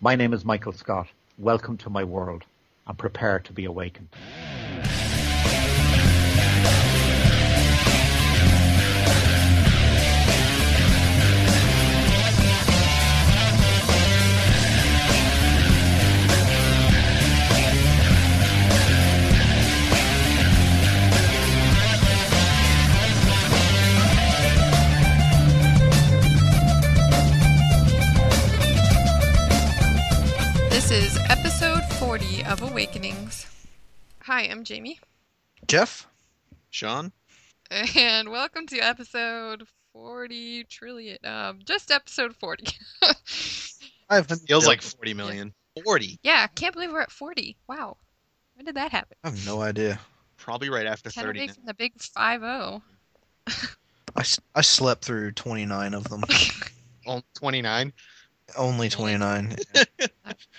My name is Michael Scott. Welcome to my world and prepare to be awakened. This is episode 40 of Awakenings. Hi, I'm Jamie, Jeff, Sean, and welcome to episode 40 trillion. Um, just episode 40. I've been feels Yeah. like forty million. Forty. yeah, can't believe we're at 40. Wow. When did that happen? I have no idea. Probably right after Kind of 30. big now. from the big oh. 5 0. I, s- I slept through twenty nine of them. Only 29. Only twenty nine.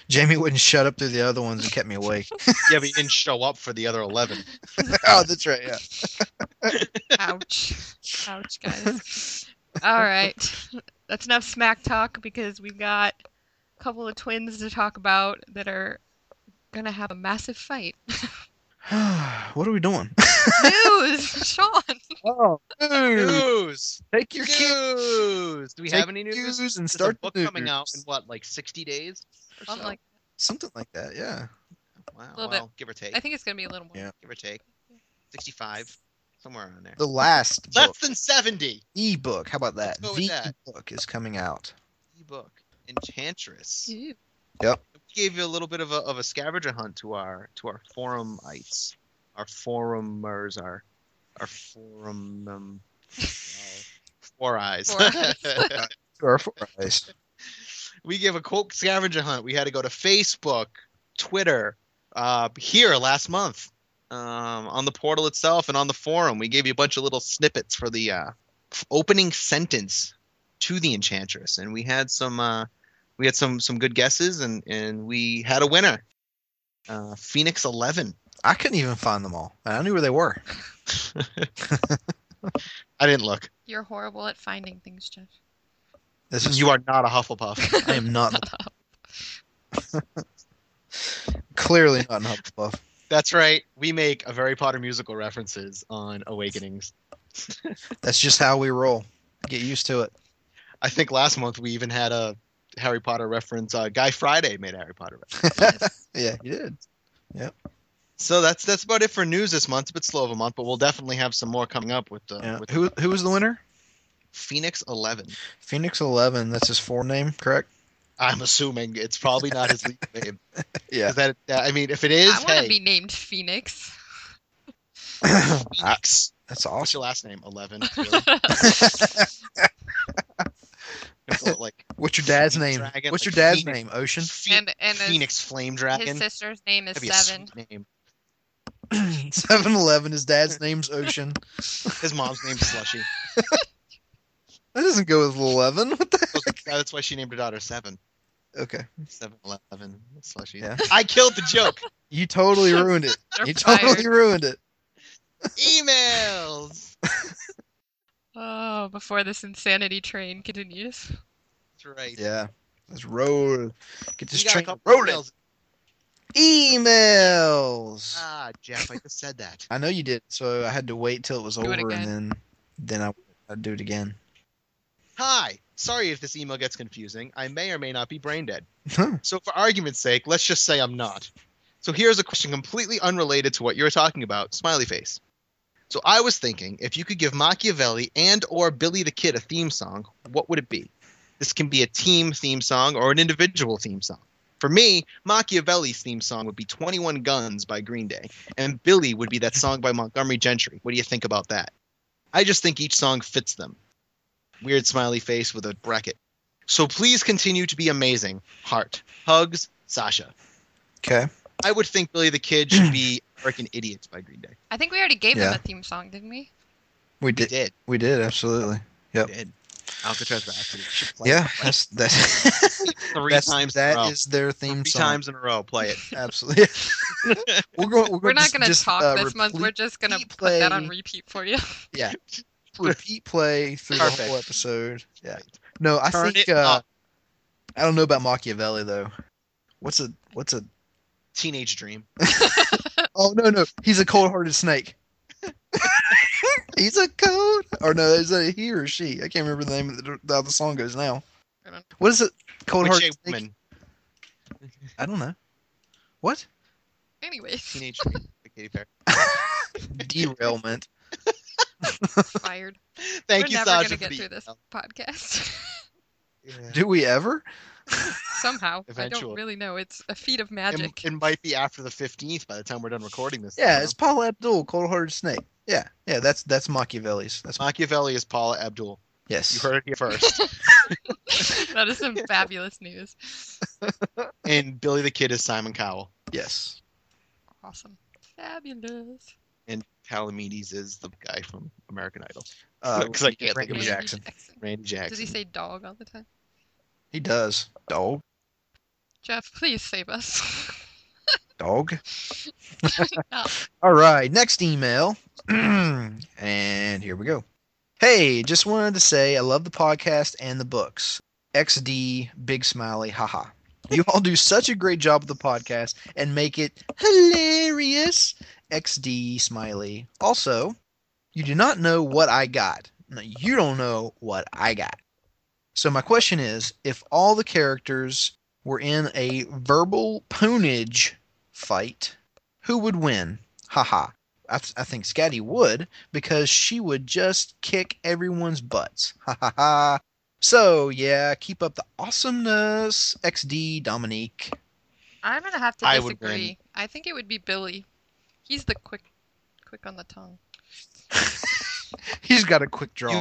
Jamie wouldn't shut up through the other ones and kept me awake. Yeah, but you didn't show up for the other 11. oh, that's right. Yeah. Ouch. Ouch, guys. All right. That's enough smack talk because we've got a couple of twins to talk about that are going to have a massive fight. what are we doing? News! Sean! Oh, News! take your cue. News! Do we Take have any news? cues There's and a start the book coming out in news. what, like 60 days? or Something so? like Something like that. Yeah. wow, little well, give or take. I think it's going to be a little more. Yeah. give or take. 65, somewhere around there. The last Less book, than 70 e book. How about that? Let's go with the that. book is coming out. ebook. Enchantress. We Ew. gave you a little bit of a, of a scavenger hunt to our to our forumites, our forumers, our our forum um, four eyes. Four eyes. You are four eyes. we gave a quote scavenger hunt. We had to go to Facebook, Twitter, uh, here last month, um, on the portal itself and on the forum. We gave you a bunch of little snippets for the uh, f- opening sentence to the enchantress, and we had some uh, we had some some good guesses, and and we had a winner, uh, Phoenix Eleven. I couldn't even find them all. I knew where they were. I didn't look. You're horrible at finding things, Jeff. This is You are not a Hufflepuff. I am not. Clearly not in Hufflepuff. That's right. We make a Harry Potter musical references on Awakenings. That's just how we roll. Get used to it. I think last month we even had a Harry Potter reference. Uh, Guy Friday made a Harry Potter reference. Yeah, you did. So that's that's about it for news this month. It's a bit slow of a month, but we'll definitely have some more coming up with, uh, Yeah. with Who who was the winner? Phoenix Eleven. Phoenix Eleven. That's his forename, correct? I'm assuming it's probably not his legal name. Yeah. 'Cause That, that- I mean, if it is, I want to hey, be named Phoenix. Phoenix. That's What's awesome. your last name? Eleven. Really? Gonna call it, like What's your dad's Phoenix name? Dragon, What's like your dad's Phoenix. name? Ocean. Phe- and and Phoenix Flame his, his Dragon. sister's name is That'd be a Seven. sweet name. Seven Eleven. His dad's name's Ocean. His mom's name's Slushy. That doesn't go with Eleven. What the? That's why she named her daughter Seven. Okay. Seven Eleven Slushy. Yeah. I killed the joke. You totally ruined it. They're You fired. totally ruined it. emails. Oh, before this insanity train continues. That's right. Yeah. Let's roll. Get We this got a train couple rolling. emails. Emails. Ah, Jeff, I just said that. I know you did, so I had to wait till it was it over, again. and then then I I'd do it again. Hi. Sorry if this email gets confusing. I may or may not be brain dead. Huh. So, for argument's sake, let's just say I'm not. So, here's a question completely unrelated to what you're talking about. Smiley face. So, I was thinking if you could give Machiavelli and or Billy the Kid a theme song, what would it be? This can be a team theme song or an individual theme song. For me, Machiavelli's theme song would be 21 Guns by Green Day, and Billy would be that song by Montgomery Gentry. What do you think about that? I just think each song fits them. Weird smiley face with a bracket. So please continue to be amazing. Heart. Hugs, Sasha. Okay. I would think Billy the Kid should be American Idiots by Green Day. I think we already gave Yeah. them a theme song, didn't we? We They did. did. We did absolutely. Yep. They did. Alcatraz Rhapsody. Should play Yeah. it, like, That's that's three that's, times in a that row. is their theme three song. times in a row. Play it. Absolutely. we're going. We're We're, gonna not just- going to just, talk uh, this month. We're repeat- just going to repeat put that on play. repeat for you. repeat play through the whole Perfect. episode. Yeah. No, I Turn think. it Uh, up. I don't know about Machiavelli though. What's a what's a? Teenage Dream. Oh no no, he's a cold-hearted snake. he's a cold. Or no, is that he or she? I can't remember the name of the, how the song goes now. I don't What is it? Which a Cold-hearted snake. woman. I don't know. What? Anyways, Teenage Dream. by Katy Perry. Derailment. fired. Thank We're you, never gonna Sasha. for get the through this email. podcast Yeah. Do we ever? somehow. I don't Eventually. really know. It's a feat of It- magic. It, might be after the 15th by the time we're done recording this. Yeah, you it's Paul Abdul, cold-hearted snake. Yeah, yeah, that's that's Machiavelli's. That's know? Machiavelli is Paula Abdul. yes. You heard it here first. that is some fabulous news. and Billy the Kid is Simon Cowell. Yes. Awesome. Fabulous. And Palamedes is the guy from American Idol. Uh, 'Cause I can't think Randy of his- Randy Jackson. Randy Jackson. Does he say dog all the time? He does. Dog. Jeff, please save us. Dog. No. All right, next email. and here we go. Hey, just wanted to say I love the podcast and the books. XD, big smiley, haha. You all do such a great job with the podcast and make it hilarious. XD, smiley. Also, you do not know what I got. No, you don't know what I got. So, my question is if all the characters were in a verbal ponage fight, who would win? Haha. I, th- I think Scatty would because she would just kick everyone's butts. Ha ha ha. So yeah, keep up the awesomeness, XD Dominique. I'm gonna have to I would disagree. I think it would be Billy. He's the quick, quick on the tongue. He's got a quick draw. You-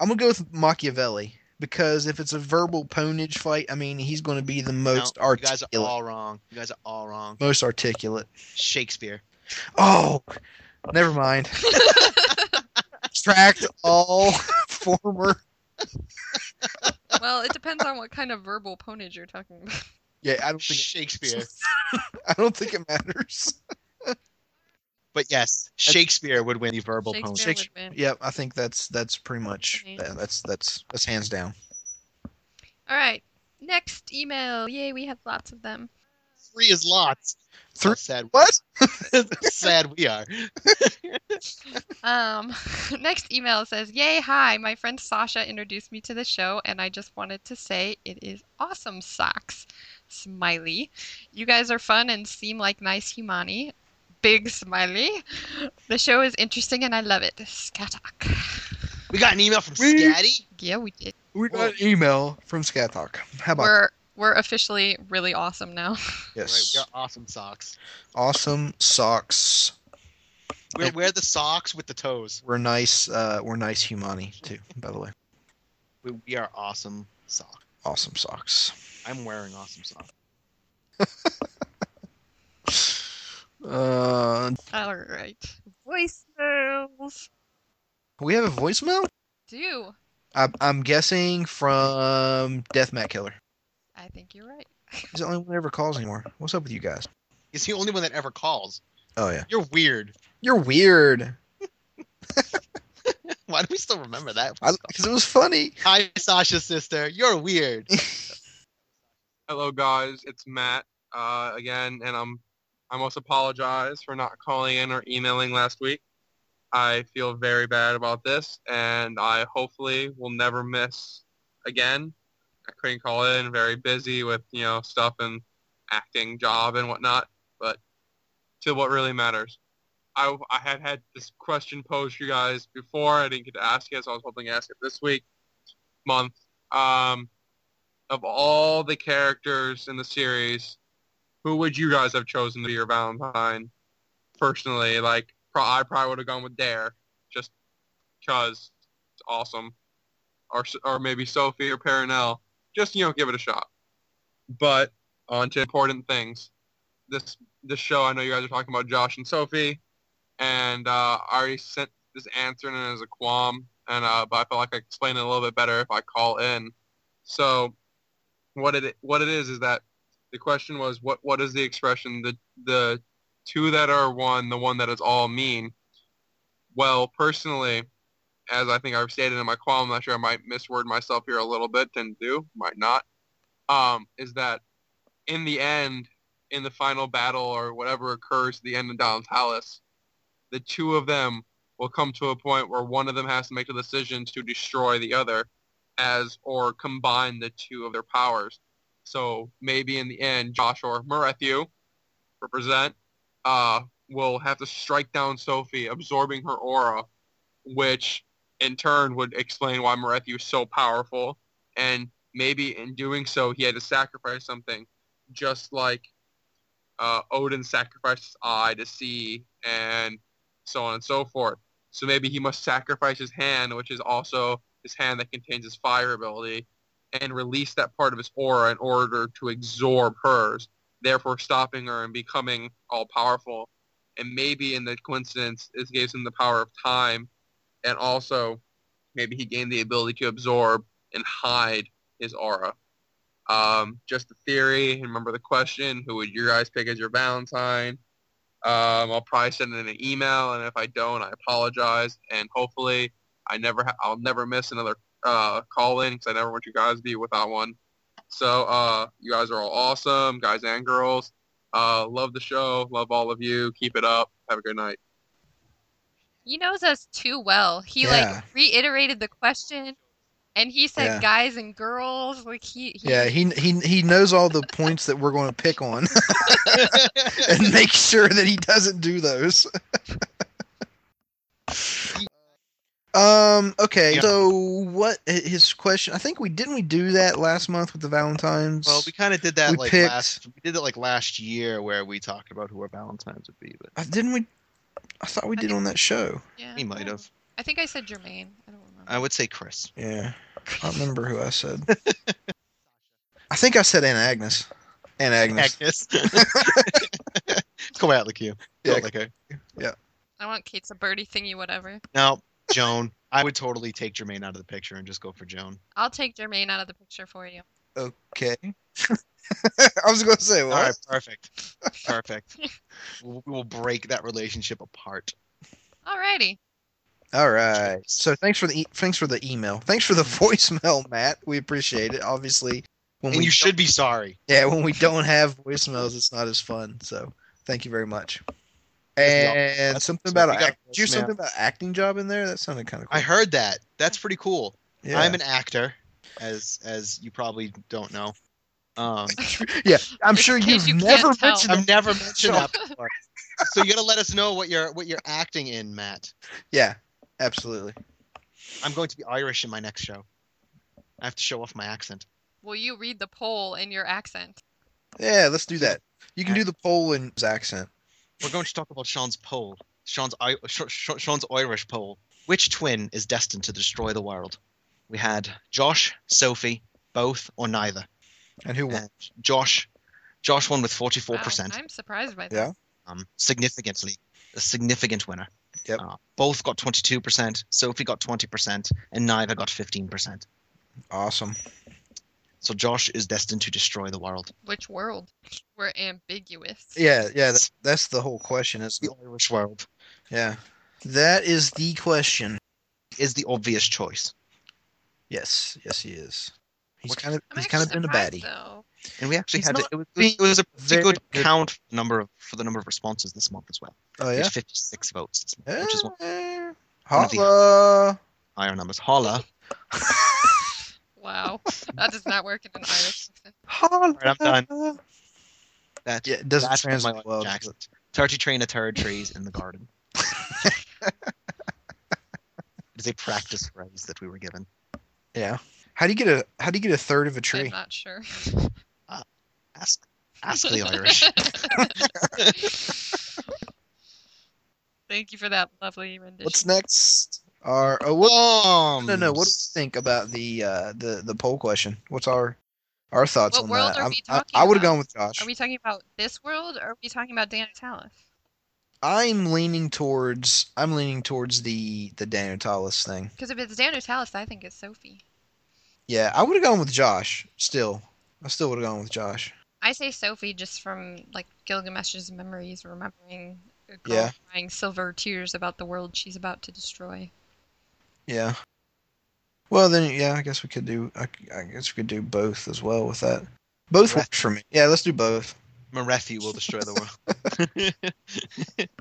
I'm gonna go with Machiavelli because if it's a verbal ponage fight, I mean he's gonna be the No, most you guys articulate. are all wrong. You guys are all wrong. most articulate. Shakespeare. Oh, never mind. Extract all former. well, it depends on what kind of verbal ponage you're talking about. Yeah, I don't think Shakespeare. I don't think it matters. But yes, Shakespeare would win the verbal poem. Shakespeare Shakespeare- would win. Yep, I think that's that's pretty much Okay. yeah, that's that's that's hands down. All right, next email. Yay, we have lots of them. Three is lots. Three- How Sad. What? sad we are. Um, next email says, "Yay, hi! My friend Sasha introduced me to the show, and I just wanted to say it is awesome, socks. Smiley, you guys are fun and seem like nice humani. Big smiley. The show is interesting, and I love it. Skatak. We got an email from We- Scatty. Yeah, we did. We got an email from Scat Talk. How about We're we're officially really awesome now. yes? Right, we are awesome socks. Awesome socks. We're, we're the socks with the toes. We're nice. Uh, we're nice humani too. By the way, We, we are awesome socks. awesome socks. I'm wearing awesome socks. Uh, All right. Voicemails. we have a voicemail. Do I, I'm guessing from Deathmat Killer. I think you're right? He's the only one that ever calls anymore. What's up with you guys? He's the only one that ever calls. Oh yeah, You're weird. you're weird. Why do we still remember that? Because it was funny. Hi, Sasha's sister. You're weird. Hello, guys. It's Matt uh, again, and I'm I must apologize for not calling in or emailing last week. I feel very bad about this, and I hopefully will never miss again. I couldn't call in, very busy with you know stuff and acting job and whatnot. But to what really matters, I I had had this question posed to you guys before. I didn't get to ask it, so I was hoping to ask it this week, month. Um, of all the characters in the series, who would you guys have chosen to be your Valentine? Personally, like pro- I probably would have gone with Dare, just cause it's awesome, or s- or maybe Sophie or Perrinell. Just you know, give it a shot. But on to important things. This this show, I know you guys are talking about Josh and Sophie, and uh, I already sent this answer in as a qualm, and uh, but I felt like I explained it a little bit better if I call in. So what it what it is is that the question was what what is the expression the the two that are one the one that is all mean well personally as i think i've stated in my qualm i'm not sure i might misword myself here a little bit and do might not um is that in the end, in the final battle or whatever occurs at the end of Donatalis, the two of them will come to a point where one of them has to make the decision to destroy the other as or combine the two of their powers. So maybe in the end, Josh or Marethu, represent, uh, will have to strike down Sophie, absorbing her aura, which in turn would explain why Marethu is so powerful. And maybe in doing so, he had to sacrifice something, just like uh, Odin sacrificed his eye to see, and so on and so forth. So maybe he must sacrifice his hand, which is also his hand that contains his fire ability, and release that part of his aura in order to absorb hers, therefore stopping her and becoming all powerful. And maybe in the coincidence, it gives him the power of time, and also maybe he gained the ability to absorb and hide his aura. Um, just a theory. And Remember the question: Who would you guys pick as your Valentine? Um, I'll probably send in an email, and if I don't, I apologize. And hopefully, I never ha- I'll never miss another uh, call in because I never want you guys to be without one. So uh, you guys are all awesome, guys and girls. Uh, love the show. Love all of you. Keep it up. Have a good night. He knows us too well. He Yeah. like reiterated the question, and he said Yeah. guys and girls. Like he, he Yeah, he he he knows all the points that we're going to pick on and make sure that he doesn't do those. um. Okay. Yeah. So what? His question. I think we didn't we do that last month with the Valentines. well, we kind of did that We like picked- last. We did it like last year where we talked about who our Valentines would be, but I, didn't we? I thought we I did think- on that show. yeah, we might have. I think I said Jermaine. I don't remember. I would say Chris. Yeah. I don't remember who I said. I think I said Aunt Agnes. Aunt Agnes. Agnes. Come out like you. Yeah. Don't like her. I want Kate's a birdie thingy, whatever. No, Joan. I would totally take Jermaine out of the picture and just go for Joan. I'll take Jermaine out of the picture for you. Okay. I was going to say what? All right, perfect. Perfect. we'll, we'll break that relationship apart. Alrighty. All right. So thanks for the e- thanks for the email. Thanks for the voicemail, Matt. We appreciate it. Obviously, when And we you don't- should be sorry. yeah when we don't have voicemails, it's not as fun. So thank you very much. Yes, we And That's- something so about we an got act- did you voicemail. something about an acting job in there. That sounded kind of cool. I heard that. That's pretty cool. yeah. I'm an actor, as as you probably don't know. Um, yeah. I'm In sure case you've you can't never tell. mentioned. I've never that mentioned show. that before. So you gotta let us know what you're what you're acting in, Matt. Yeah. Absolutely. I'm going to be Irish in my next show. I have to show off my accent. Will you read the poll in your accent? Yeah. Let's do that. You can do the poll in his accent. We're going to talk about Sean's poll, Sean's I- Sh- Sh- Sean's Irish poll. Which twin is destined to destroy the world? We had Josh, Sophie, both or neither. And who won? And Josh, Josh won with Wow, 44%. I'm surprised by that. Yeah. um, significantly, a significant winner. Yep. Uh, both got 22%, Sophie got 20%, and neither got 15%. Awesome. So Josh is destined to destroy the world. Which world? We're ambiguous. Yeah. Yeah. That, that's the whole question. Is The Irish world yeah. That is the question. is the obvious choice. Yes, yes, he is. He's What- kind of I'm he's actually kind of been a surprised, baddie. Though. And we actually He's had not it was, being it was a pretty very good good. count for the number of for the number of responses this month as well. Oh We yeah, had 56 votes, this month, which is one of Eh, of the- holla. the higher numbers. Holla! Wow. that does not work in an Irish accent. holla. right, I'm That Yeah, it doesn't that's translate my well. well, accent. Turkey train a turd trees in the garden. it is a practice phrase that we were given. Yeah. How do you get a How do you get a third of a I'm tree? not sure. Ask ask the Irish. Thank you for that lovely rendition. What's next? Our oh what? Whoa! No, no. What do you think about the uh, the the poll question? What's our our thoughts What on world that? are I'm- we I, talking would have about? gone with Josh. Are we talking about this world or are we talking about Dan Tallis? I'm leaning towards I'm leaning towards the the Danutalis thing. Because if it's Dan Tallis, I think it's Sophie. Yeah, I would have gone with Josh. Still, I still would have gone with Josh. I say Sophie just from like Gilgamesh's memories, remembering a girl Yeah. crying silver tears about the world she's about to destroy. Yeah. Well, then, yeah, I guess we could do. I, I guess we could do both as well with that. Both works for me. Yeah, let's do both. Marethi will destroy the world.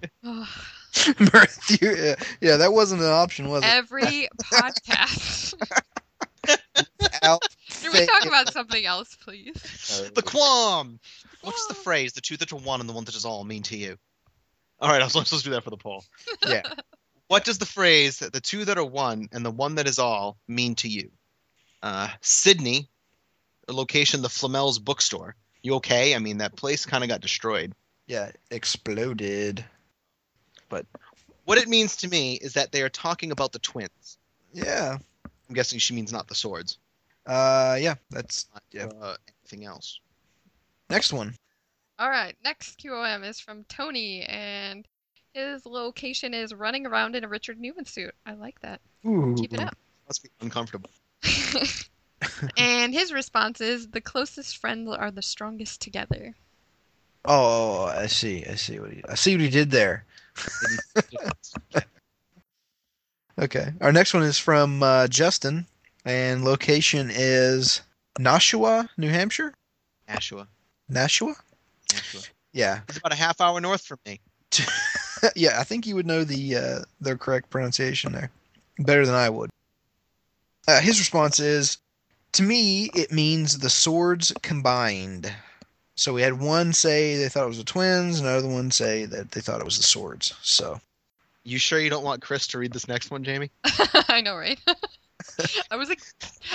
Matthew, yeah, yeah, that wasn't an option, was it? Every podcast. Al- Can we talk about something else, please? Oh, the qualm. What's the phrase? The two that are one and the one that is all mean to you. All right, I was supposed to do that for the poll. Yeah. What does the phrase "the two that are one and the one that is all" mean to you? Uh, Sydney, the location, the Flamel's bookstore. You okay? I mean, that place kind of got destroyed. yeah, exploded. What it means to me is that they are talking about the twins. Yeah. I'm guessing she means not the swords, Uh, yeah, that's not Yeah. uh, anything else. next one. All right, next QOM is from Tony, and his location is running around in a Richard Newman suit. I like that. Keep it up. Must be uncomfortable. and his response is the closest friends are the strongest together. Oh, I see. I see what he. I see what he did there. Okay. Our next one is from uh, Justin, and location is Nashua, New Hampshire. Nashua. Nashua. Nashua. Yeah. It's about a half hour north from me. yeah, I think you would know the uh, their correct pronunciation there better than I would. Uh, his response is, "To me, it means the swords combined." So we had one say they thought it was the twins, and another one say that they thought it was the swords. So You sure you don't want Chris to read this next one, Jamie? I know, right? I was like,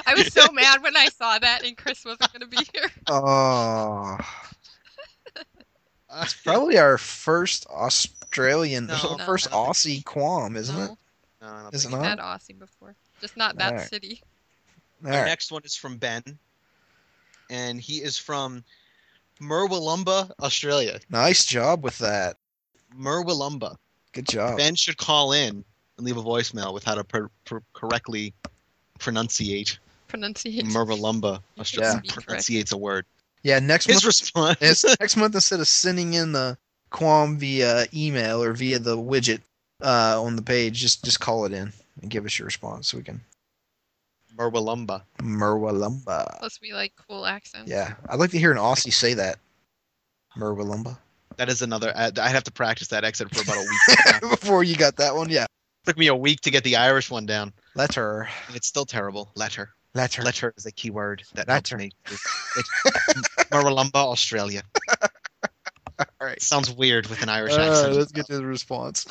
I was so mad when I saw that, and Chris wasn't going to be here. oh, Uh, probably our first Australian, No, no, first I don't Aussie qualm, isn't no, it? no, I don't Is it think- I've had not? Aussie before, just not that Alright. city. All Our right. next one is from Ben, and he is from Murwillumbah, Australia. Nice job with that. Murwillumbah. Good job. Ben should call in and leave a voicemail with how to pr- pr- correctly pronunciate Pronunciation. Murwillumbah, Australia. speak correct. Pronunciates a word. Yeah, next His month. response. Yes, next month instead of sending in the qualm via email or via the widget uh, on the page, just just call it in and give us your response so we can Murwillumbah. Merwalumba. Plus, we like cool accents. Yeah, I'd like to hear an Aussie say that. Merwalumba. That is another. I'd I'd have to practice that exit for about a week. it Before you got that one, yeah. took me a week to get the Irish one down, Letter. and it's still terrible. Letter. Letter. Letter is a key word that Letter. helps me. It, Murwillumbah, Australia. All right. Uh, Sounds weird with an Irish accent. let's get to the response.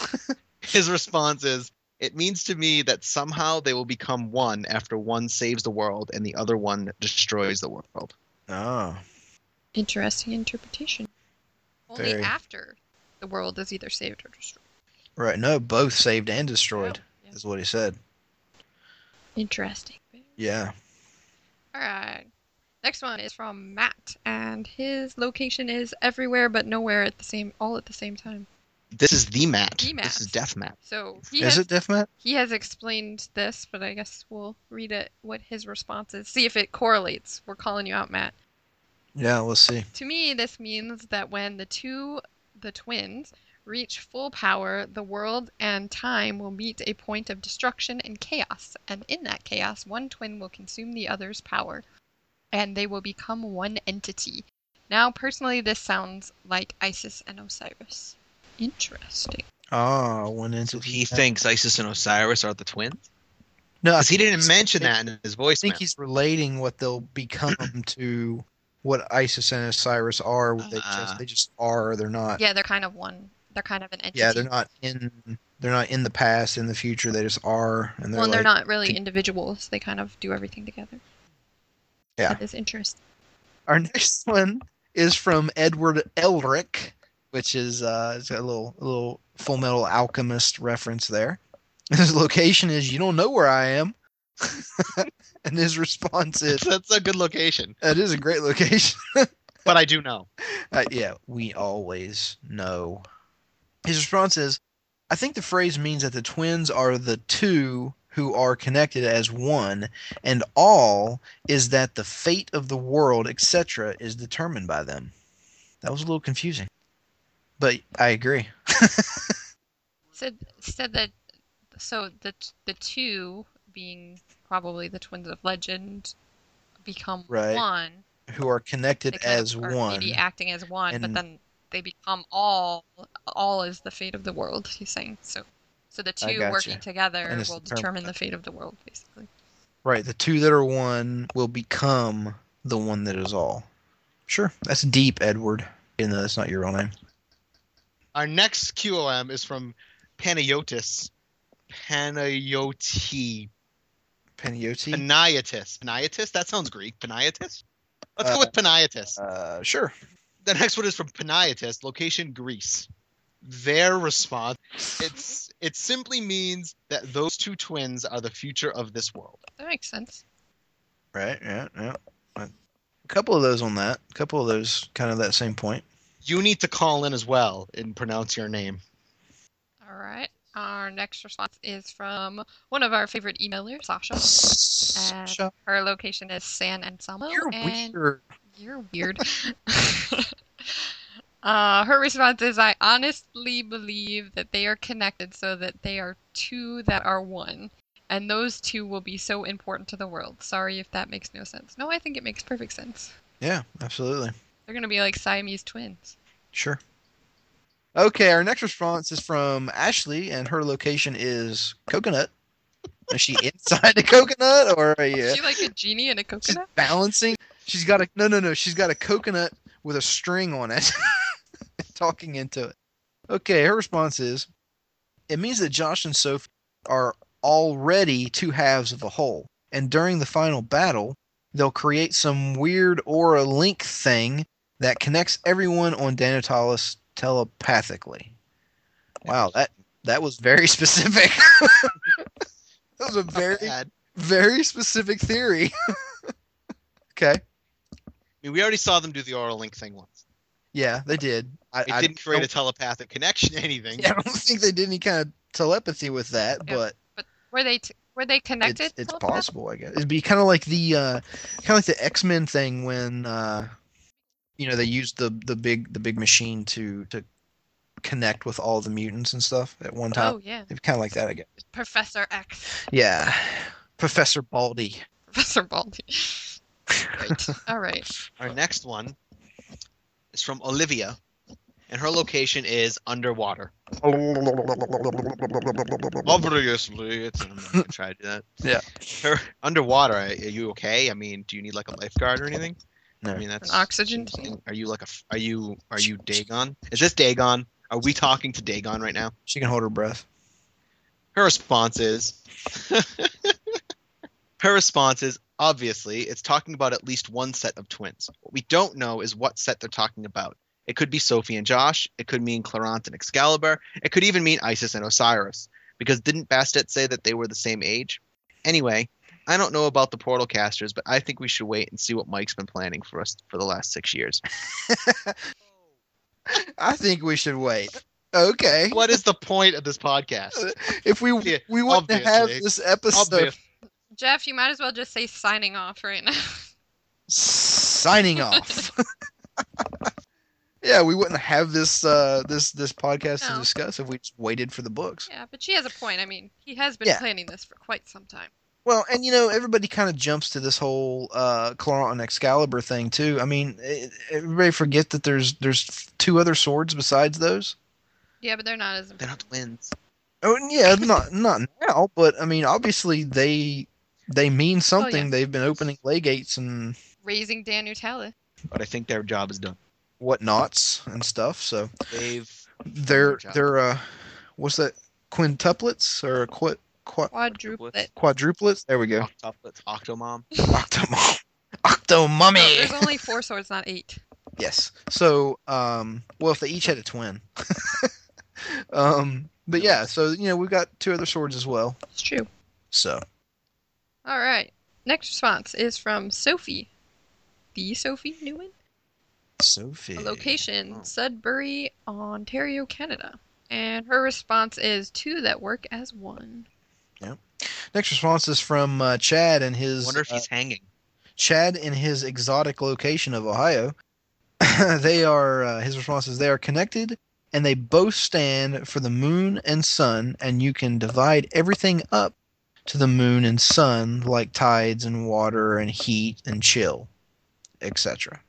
His response is, "It means to me that somehow they will become one after one saves the world and the other one destroys the world." oh. Interesting interpretation. Only Very. after the world is either saved or destroyed. Oh, Right, no, both saved and destroyed Yeah. is what he said. Interesting. Yeah. All right. Next one is from Matt, and his location is everywhere but nowhere at the same, all at the same time. This is the mat. The mat. This is death mat. So he is has it Deathmat? He has explained this, but I guess we'll read it what his response is. See if it correlates. We're calling you out, Matt. Yeah, let's see. To me, this means that when the two, the twins, reach full power, the world and time will meet a point of destruction and chaos, and in that chaos, one twin will consume the other's power, and they will become one entity. Now, personally, this sounds like Isis and Osiris. Interesting. Oh, one So entity. he thinks Isis and Osiris are the twins. no, I Because Uh, he didn't think- mention that in his voice. I think he's relating what they'll become to what Isis and Osiris are. They Ah. just they just are. They're not. Yeah, Yeah, they're kind of one. They're kind of an entity. Uh, they're not in. They're not in the past, in the future. They just are, and they're well, and they're like- not really con- individuals. They kind of do everything together. Yeah. That is interesting. Our next one is from Edward Elric, which is uh, it's got a little a little Full Metal Alchemist reference there. His location is you don't know where I am, and his response is That's a good location, that is a great location. but I do know. Uh, yeah, we always know. His response is, I think the phrase means that the twins are the two who are connected as one, and all is that the fate of the world, etc., is determined by them. That was a little confusing. But I agree. Said said that. So the t- the two being probably the twins of legend become Right. one, who are connected They kind of as are one. Maybe acting as one, but and- then they become all. All is the fate of the world. He's saying so. So the two gotcha. working together And it's will determined. determine the fate of the world, basically. Right, the two that are one will become the one that is all. Sure, that's deep, Edward. Even though that's not your real name. Our next QOM is from Panayotis. Panayoti. Paniote. Panayotis. Panayotis? That sounds Greek. Panayotis? Let's Uh, go with Panayotis. Uh, sure. The next one is from Panayotis, location Greece. Their response it's it simply means that those two twins are the future of this world. That makes sense. Right. Yeah. Yeah. A couple of those on that. A couple of those kind of that same point. You need to call in as well and pronounce your name. All right. Our next response is from one of our favorite emailers, Sasha. Sasha, Her location is San Anselmo. you're oh, and weird. You're weird. uh, her response is I honestly believe that they are connected so that they are two that are one. And those two will be so important to the world. Sorry if that makes no sense. No, I think it makes perfect sense. Yeah, absolutely. They're going to be like Siamese twins. Sure. Okay, our next response is from Ashley, and her location is coconut. Is she inside the coconut, or uh, are you? Is she like a genie in a She's coconut? balancing. She's got a no, no, no. She's got a coconut with a string on it, talking into it. Okay, her response is, "It means that Josh and Sophie are already two halves of a whole, and during the final battle, they'll create some weird aura link thing that connects everyone on Danotalis telepathically." Wow, that that was very specific. that was a very Bad. very specific theory. okay. I mean, we already saw them do the oral link thing once. Yeah, they did. I, It I didn't create a don't- telepathic connection, anything. I don't think they did any kind of telepathy with that, Yeah, but Were they t- were they connected? it's, it's telepathically? possible, I guess. It'd be kind of like the uh, kind of like the X Men thing when uh, you know they used the the big the big machine to to connect with all the mutants and stuff at one time. Oh yeah, It's kind of like that, I guess. Professor X, Yeah, Professor Baldy. Professor Baldy. Great. All right. Our next one is from Olivia, and her location is underwater. Obviously, it's. I'm not gonna try to do that. Yeah. Her, underwater. Are you okay? I mean, do you need like a lifeguard or anything? No. I mean, that's An oxygen tank. Are you like a? f- Are you? Are you Dagon? Is this Dagon? Are we talking to Dagon right now? She can hold her breath. Her response is. her response is obviously it's talking about at least one set of twins. What we don't know is what set they're talking about. It could be Sophie and Josh. It could mean Clarant and Excalibur. It could even mean Isis and Osiris. Because didn't Bastet say that they were the same age? Anyway, I don't know about the portal casters, but I think we should wait and see what Mike's been planning for us for the last six years. I think we should wait. Okay. what is the point of this podcast? if we Yeah, we wouldn't have obviously. this episode Obvious. Jeff, you might as well just say signing off right now. signing off. yeah, we wouldn't have this uh, this this podcast to No. discuss if we just waited for the books. yeah, but she has a point. I mean, he has been Yeah. planning this for quite some time. Well, and you know everybody kind of jumps to this whole uh, Clarant and Excalibur thing too. I mean, it, everybody forget that there's there's two other swords besides those. Yeah, but they're not as They're not twins. Oh and yeah, not not now, but I mean obviously they they mean something. They've been opening legates and raising Dan Nutella. But I think their job is done. whatnots and stuff. So They've They're job. they're uh, what's that? Quintuplets or qu- qu- Quadruplet. quadruplets? There we go. Octoplets, Octomom. Octomom, No, Oh, there's octomummy. only four swords, not eight. Yes. So, um, well, if they each had a twin, um, but yeah. So you know we've got two other swords as well. It's true. So All right. Next response is from Sophie. The Sophie Newman. Sophie. A location, Oh. Sudbury, Ontario, Canada. And her response is two that work as one. Next response is from uh, Chad and his Wonder if uh, he's hanging. Chad in his exotic location of Ohio. they are uh, his response is they are connected and they both stand for the moon and sun and you can divide everything up to the moon and sun like tides and water and heat and chill. etc.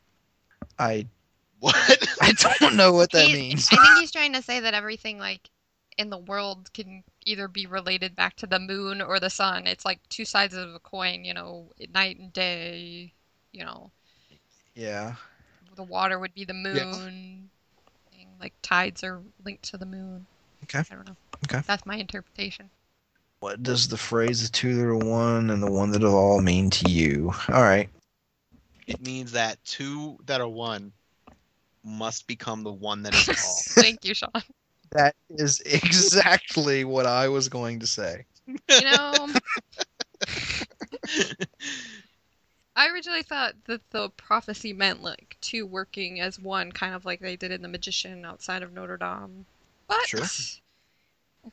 I What? I don't know what that He's- means. I think he's trying to say that everything like in the world can either be related back to the moon or the sun. It's like two sides of a coin, you know, night and day, you know. Yeah. The water would be the Yes. moon. thing, Like tides are linked to the moon. Okay. I don't know. Okay. That's my interpretation. What does the phrase the two that are one and the one that are all mean to you? All right. it means that two that are one must become the one that is all. Thank you, Sean. That is exactly what I was going to say. You know, I originally thought that the prophecy meant like two working as one, kind of like they did in The Magician outside of Notre Dame. But Sure. I've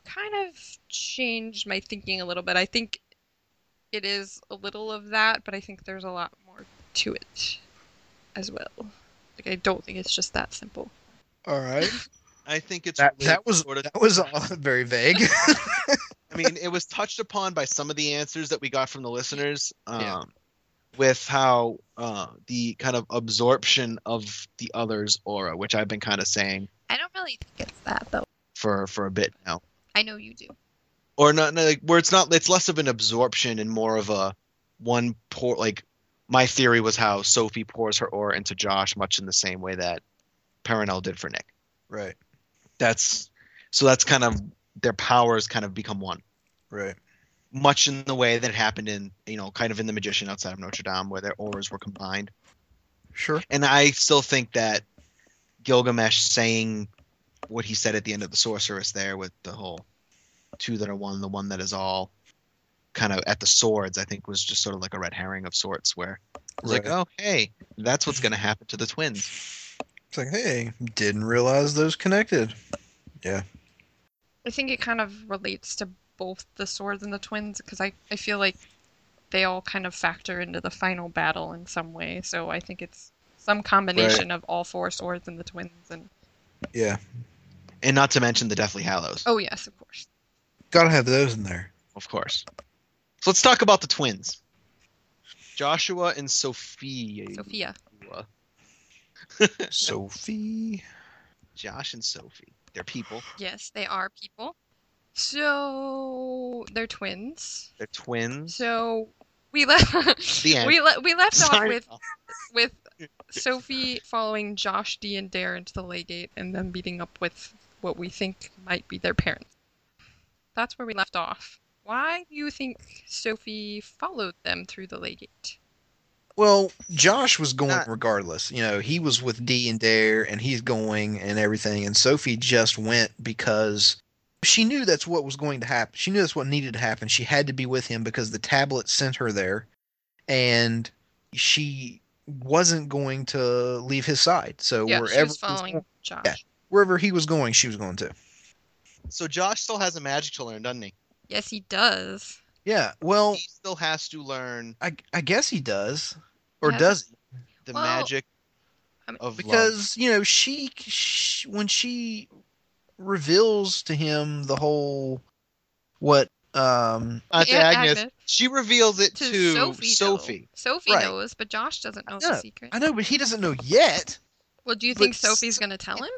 kind of changed my thinking a little bit. I think it is a little of that, but I think there's a lot more to it as well. Like I don't think it's just that simple. All right. I think it's That related that was sort of- that was uh, very vague. I mean, it was touched upon by some of the answers that we got from the listeners, um, Yeah. with how uh, the kind of absorption of the other's aura, which I've been kind of saying I don't really think it's that though. for for a bit now, I know you do. or not no, like where it's not it's less of an absorption and more of a one pour like my theory was how Sophie pours her aura into Josh much in the same way that Paranel did for Nick. right. That's so that's kind of their powers kind of become one. Right. much in the way that it happened in you know kind of in the magician outside of notre dame where their auras were combined Sure. and i still think that gilgamesh saying what he said at the end of the sorceress there with the whole two that are one the one that is all kind of at the swords i think was just sort of like a red herring of sorts where it's like Right. oh hey that's what's going to happen to the twins It's like, hey, didn't realize those connected. I think it kind of relates to both the swords and the twins because I, I feel like they all kind of factor into the final battle in some way. So I think it's some combination of all four swords and the twins. And Yeah. and not to mention the deathly hallows oh yes, of course. Gotta have those in there. of course so let's talk about the twins joshua and sophie Sophia. Sophie. Josh and Sophie. They're people. Yes, they are people. So they're twins. They're twins. So we left. The end. we le- we left Sorry. off with with Sophie following Josh, D, and Dare into the Legate and then meeting up with what we think might be their parents. That's where we left off. Why do you think Sophie followed them through the Legate? Well, Josh was going Not- regardless. You know, he was with D and Dare, and he's going and everything. And Sophie just went because she knew that's what was going to happen. She knew that's what needed to happen. She had to be with him because the tablet sent her there, and she wasn't going to leave his side. So yeah, wherever she was he was following going- Josh. Yeah. wherever he was going, she was going to. So Josh still has a magic to learn, doesn't he? Yes, he does. Yeah. Well, He still has to learn I I guess he does, or Yeah. does he? the Well, magic I mean- of love. because you know she, sh when she reveals to him the whole what um Aunt Auntie Uh, Agnes, Agnes. She reveals it to, To, Sophie. though. Sophie. Sophie Right. knows, but Josh doesn't know know. the secret. i know but he doesn't know yet Well, do you But think s- Sophie's going to tell him?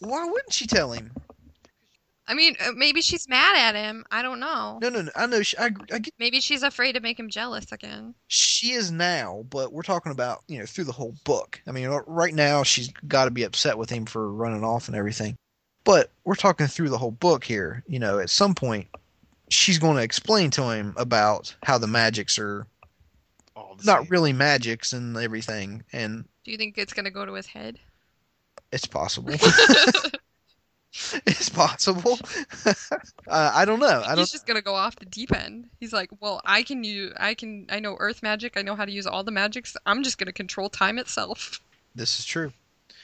why wouldn't she tell him I mean, uh, maybe she's mad at him. I don't know. no no no i know she, I, I get Maybe she's afraid to make him jealous again. she is now but we're talking about you know through the whole book i mean r- right now she's got to be upset with him for running off and everything but we're talking through the whole book here you know at some point she's going to explain to him about how the magics are All the not same. really magics and everything and Do you think it's going to go to his head? It's possible. it's possible. uh, I don't know. I he's don't. just gonna go off the deep end. He's like, well, I can use, I can, I know Earth magic. I know how to use all the magics. I'm just gonna control time itself. This is true.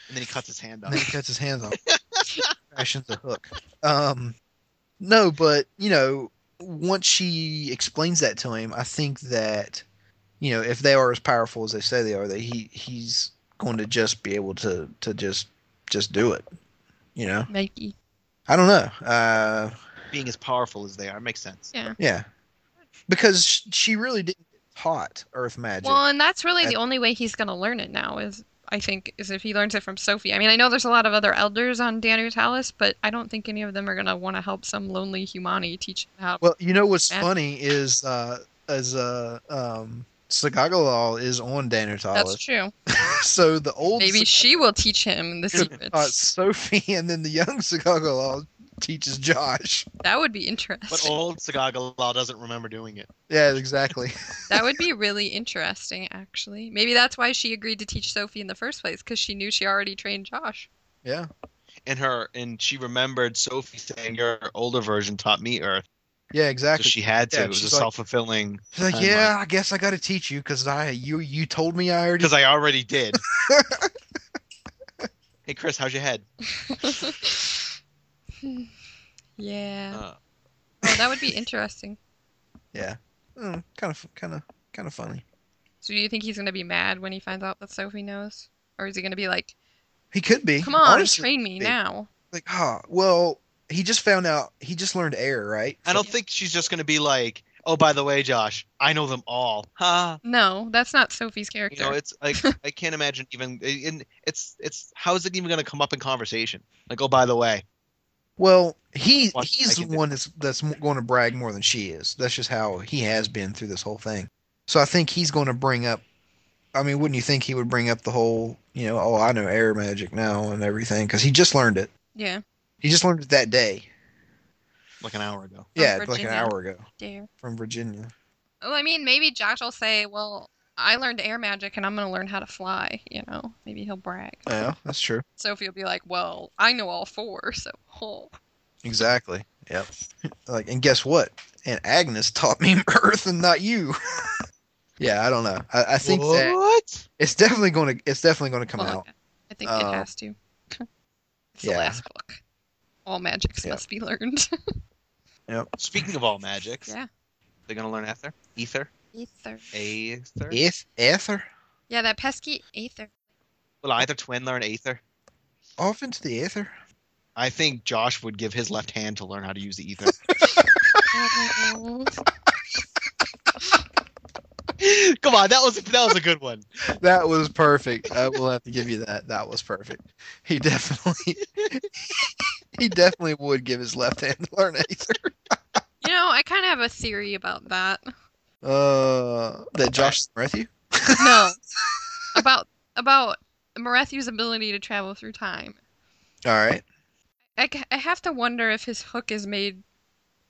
And then he cuts his hand And then he off. cuts his hands off. Fashions the hook. Um, no, but you know, once she explains that to him, I think that you know, if they are as powerful as they say they are, that he he's going to just be able to to just just do it. You know, Mikey. I don't know. Uh, Being as powerful as they are makes sense. Yeah. Yeah, because sh- she really didn't taught Earth magic. Well, and that's really That- the only way he's going to learn it now is I think is if he learns it from Sophie. I mean, I know there's a lot of other elders on Danu Talis, but I don't think any of them are going to want to help some lonely humani teach him how. Well, you know what's Yeah. funny is uh as uh um Sagagalal is on that's Danutala. true. so the old Maybe Sagagalal she will teach him the taught secrets. uh, Sophie and then the young Sagagalal teaches Josh. That would be But interesting. old Sagagalaw doesn't remember doing it. Yeah, exactly. That would be really interesting, actually. Maybe that's why she agreed to teach Sophie in the first place, because she knew she already trained Josh. Yeah. And her and she remembered Sophie saying your older version taught me Earth, Yeah, so exactly. she had to. Yeah, it was she's a like- self fulfilling She's like, timeline. yeah, I guess I got to teach you because I you you told me I already. because I already did. hey Chris, how's your head? yeah. Uh, oh, that would be interesting. Mm, kind of kind of kind of funny. So, do you think he's going to be mad when he finds out that Sophie knows? Or is he going to be like, He could be. Come on, honestly. train me be. now. Like, ah, well, he just found out. He just learned air, right? I don't think she's just gonna be like, oh by the way, Josh, I know them all. Ha. No, that's not Sophie's You character. know, it's like I can't imagine even. And it's it's how is it even going to come up in conversation? Like, oh, by the way, Well, he Watch, I he's the can do one that's that's m- going to brag more than she is. That's just how he has been through this whole thing. So I think he's going to bring up. I mean, wouldn't you think he would bring up the whole, you know, oh, I know air magic now and everything because he just learned it. yeah, He just learned it that day. like an hour ago. From yeah, like an Virginia. hour ago dare. from Virginia. Well, I mean, maybe Josh will say, "Well, I learned air magic, and I'm going to learn how to fly." You know, maybe he'll brag. Yeah, that's true. Sophie will be like, "Well, I know all four, so." Oh. Exactly. Yep. like, and guess what? And Agnes taught me Earth and not you. yeah, I don't know. I, I think that what? it's definitely going to it's definitely going to come Well, out. I think it Uh, has to. it's yeah. the last book. All magics Yeah. must be learned. Speaking of all magics, Yeah. they're going to learn ether, ether, Ether. aether. If Ether Yeah, that pesky ether. Will either twin learn aether? off into the ether. I think Josh would give his left hand to learn how to use the ether. Oh. Come on, that was that was a good one. That was perfect. I will have to give you that. That was perfect. He definitely he definitely would give his left hand to learn Aether. you know, I kind of have a theory about that. Uh, that Josh Matthew. No. about about Marethew's ability to travel through time. All right. I, ca- I have to wonder if his hook is made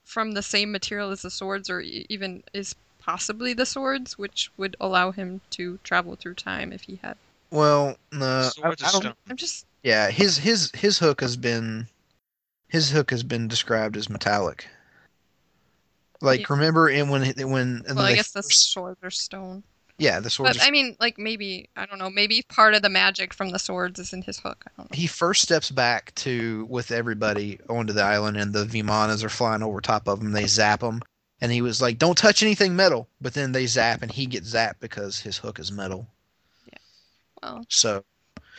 from the same material as the swords, or e- even is possibly the swords, which would allow him to travel through time if he had. Well, no. Uh, I, I Swords of don't, stone. I'm just yeah, his his his hook has been his hook has been described as metallic. Like Yeah. remember in when when well, I they guess the first- swords are stone, yeah the swords but I mean, like maybe I don't know, maybe part of the magic from the swords is in his hook. I don't know. he first steps back to with everybody onto the island and the vimanas are flying over top of him they zap him and he was like don't touch anything metal but then they zap and he gets zapped because his hook is metal Well, so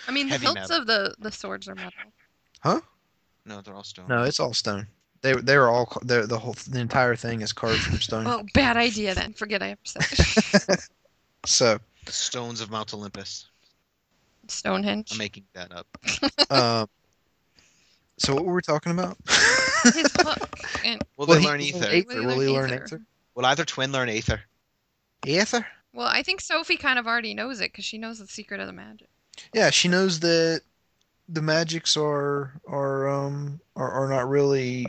I mean, the Heavy hilts metal. of the the swords are metal. No, they're all stone. no it's all stone they they're all ca- they're, the whole the entire thing is carved from stone Well, bad idea then. Forget I ever said so Stones of Mount Olympus. Stonehenge. I'm making that up. um so what were we talking about his hook and Will Well, they he- learn he- ether? he- will he Will he learn ether? ether? Will either twin learn aether? Aether? Well, I think Sophie kind of already knows it because she knows the secret of the magic. yeah she knows that the magics are are um are, are not really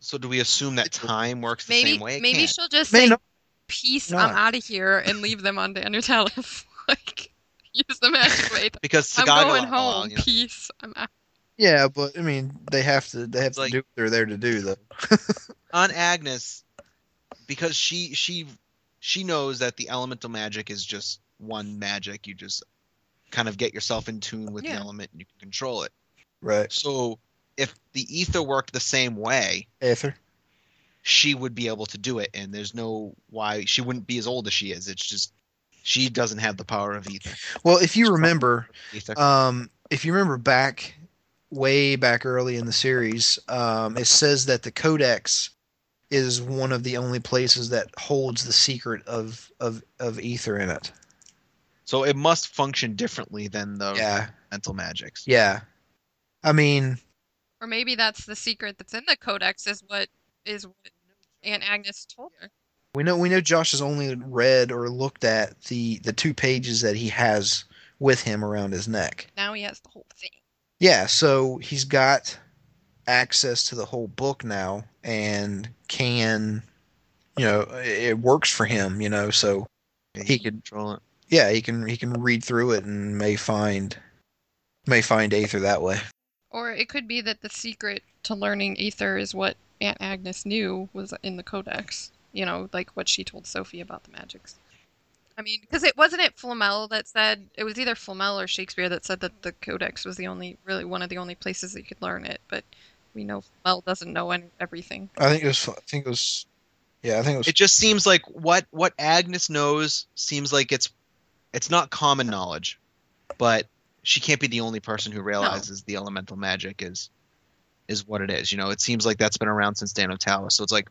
So do we assume that time works the Maybe same way? It maybe can't. she'll just May say, not- "Peace, not. I'm out of here," and leave them on Dandertalif. like, use the magic way. because I'm Sagagalaw- going home. you know, Peace. I'm out. Yeah, but I mean, they have to. They have Like- to do what they're there to do, though. on Agnes because she she she knows that the elemental magic is just one magic. You just kind of get yourself in tune with Yeah. the element and you can control it. Right, So if the ether worked the same way, Aether. she would be able to do it and there's no why she wouldn't be as old as she is. It's just she doesn't have the power of ether. Well, if you remember, ether. um, if you remember back, way back early in the series, um, it says that the codex is one of the only places that holds the secret of of of ether in it. So it must function differently than the Yeah, mental magics. yeah. I mean, Or maybe that's the secret that's in the codex is what is what Aunt Agnes told her. we know we know Josh has only read or looked at the the two pages that he has with him around his neck. Now he has the whole thing. Yeah, so he's got access to the whole book now and can you know, it it works for him, you know, so He can control it. yeah, he can he can read through it and may find may find Aether that way. Or it could be that the secret to learning ether is what Aunt Agnes knew was in the codex. You know, like what she told Sophie about the magics. I mean, because it wasn't it Flamel that said it was either Flamel or Shakespeare that said that the codex was the only really one of the only places that you could learn it. But we know Flamel doesn't know any, everything. I think it was I think it was yeah, I think it was It just seems like what what Agnes knows seems like it's it's not common knowledge, but she can't be the only person who realizes the elemental magic is is what it is. You know, it seems like that's been around since Dan of Tower. So it's like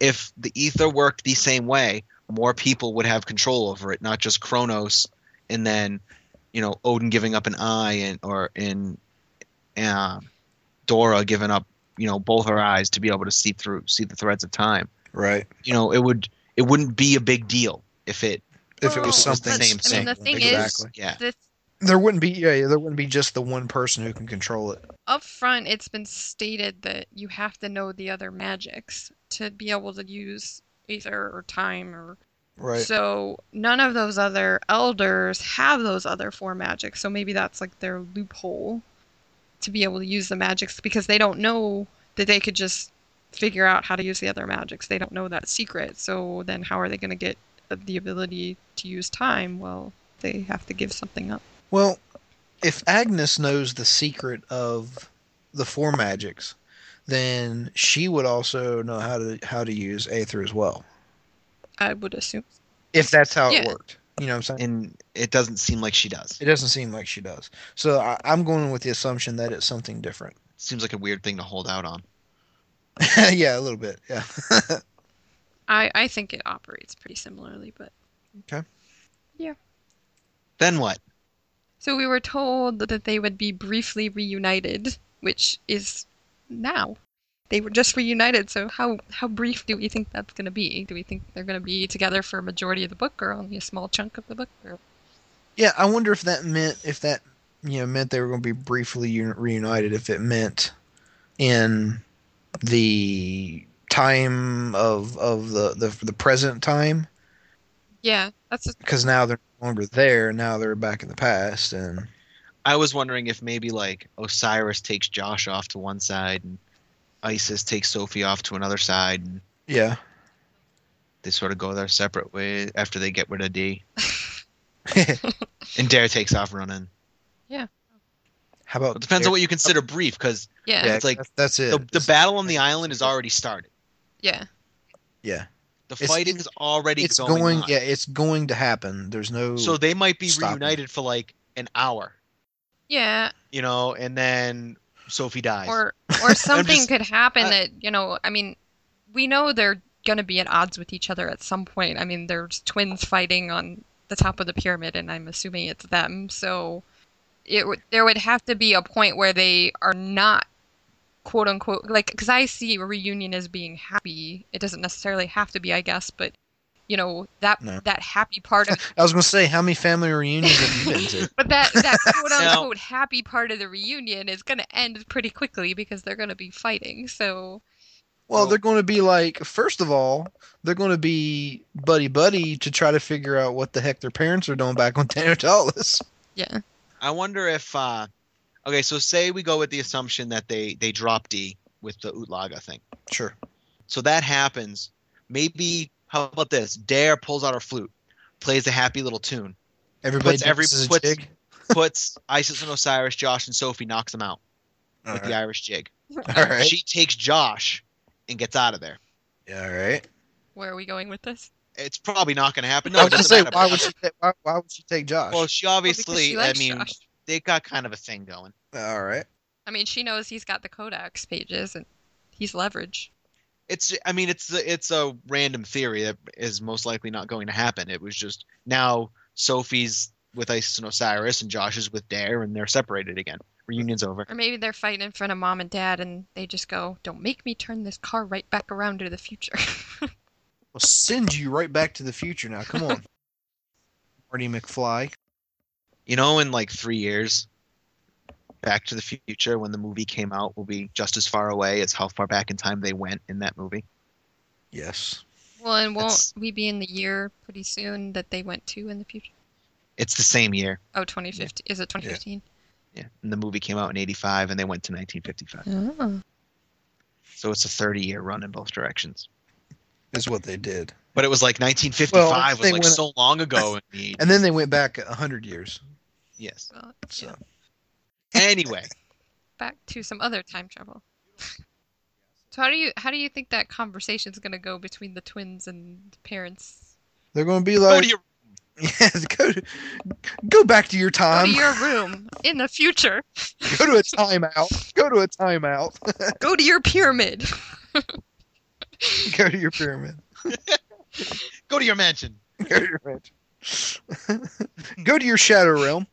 if the ether worked the same way, more people would have control over it, not just Kronos and then you know Odin giving up an eye and or in uh, Dora giving up you know both her eyes to be able to see through see the threads of time right. you know, it would it wouldn't be a big deal if it If it Well, was something let's- I Same mean, thing. the thing Exactly. yeah. is, this is there wouldn't be yeah, yeah, there wouldn't be just the one person who can control it. up front it's been stated that you have to know the other magics to be able to use ether or time or Right. so none of those other elders have those other four magics so maybe that's like their loophole to be able to use the magics because they don't know that they could just figure out how to use the other magics they don't know that secret so then how are they going to get the ability to use time well they have to give something up Well, if Agnes knows the secret of the four magics, then she would also know how to how to use Aether as well. i would assume If that's how it Yeah. worked. You know what I'm saying? And it doesn't seem like she does. It It doesn't seem like she does. So I, I'm going with the assumption that it's something different. seems like a weird thing to hold out on. yeah, a little bit. Yeah. i i think it operates pretty similarly but Then what? So we were told that they would be briefly reunited, which is now. They were just reunited, so how how brief do we think that's going to be? Do we think they're going to be together for a majority of the book, or only a small chunk of the book? Or... yeah, I wonder if that meant if that you know meant they were going to be briefly uni- reunited if it meant in the time of of the the, the present time Yeah, that's a, because now they're no longer there. Now they're back in the past, and I was wondering if maybe like Osiris takes Josh off to one side and Isis takes Sophie off to another side and yeah, they sort of go their separate ways after they get rid of D. And Dare takes off running. how about It depends on what you consider brief because yeah, Yeah, it's like that's, that's it. the, the It's- battle on the island is already started. yeah. yeah, The It's- fighting is already it's going, going. on. Yeah, it's going to happen. There's no. So they might be Stop it. reunited for like an hour. Yeah, you know, and then Sophie dies. or or something just- could happen I- that, you know, I mean, we know they're going to be at odds with each other at some point. I mean, there's twins fighting on the top of the pyramid, and I'm assuming it's them. So it w- there would have to be a point where they are not quote unquote like because I see a reunion as being happy. It doesn't necessarily have to be, I guess, but you know that No. that happy part of I was going to say, how many family reunions have you been to? but that that quote unquote happy part of the reunion is going to end pretty quickly because they're going to be fighting. So Well, Well- they're going to be like, first of all, they're going to be buddy buddy to try to figure out what the heck their parents are doing back on Tanotalis. yeah, I wonder if uh okay, so say we go with the assumption that they they drop D with the Utlaga thing. Sure. So that happens. Maybe how about this? Dare pulls out her flute, plays a happy little tune, Everybody Puts every- dances a puts- jig. puts Isis and Osiris, Josh and Sophie knocks them out All with right. the Irish jig. All right. She takes Josh and gets out of there. Yeah, all right. where are we going with this? It's probably not going to happen. I No, it was going to say, doesn't matter. why would, she ta- why, why would she take Josh? well, she Well, because she obviously, I likes mean, Josh. they got kind of a thing going. all right. I mean, she knows he's got the Codex pages and he's leverage. It's I mean it's it's a random theory that is most likely not going to happen. It was just now Sophie's with Isis and Osiris and Josh is with Dare and they're separated again. Reunion's over. Or maybe they're fighting in front of mom and dad and they just go, Don't make me turn this car right back around to the future. We'll send you right back to the future now. Come on. Marty McFly. You know, in like three years, Back to the Future, when the movie came out, will be just as far away as how far back in time they went in that movie. Yes. well, and won't That's- we be in the year pretty soon that they went to in the future? It's the same year. Oh, 2015. Is it 2015? Yeah. And the movie came out in 85 and they went to 1955. Oh. So it's a 30 year run in both directions. Is what they did. But it was like 1955 Well, was they like went- so long ago. In the, And then they went back a hundred years. yes. Well, So yeah, Anyway, back to some other time travel. so how do you how do you think that conversation's going to go between the twins and the parents? they're gonna be go like to your Yes, go to, go back to your Go time. to your room in the future. go to a timeout. Go to a timeout. Go to your pyramid. go to your pyramid. go to your mansion. Go to your go to your shadow realm.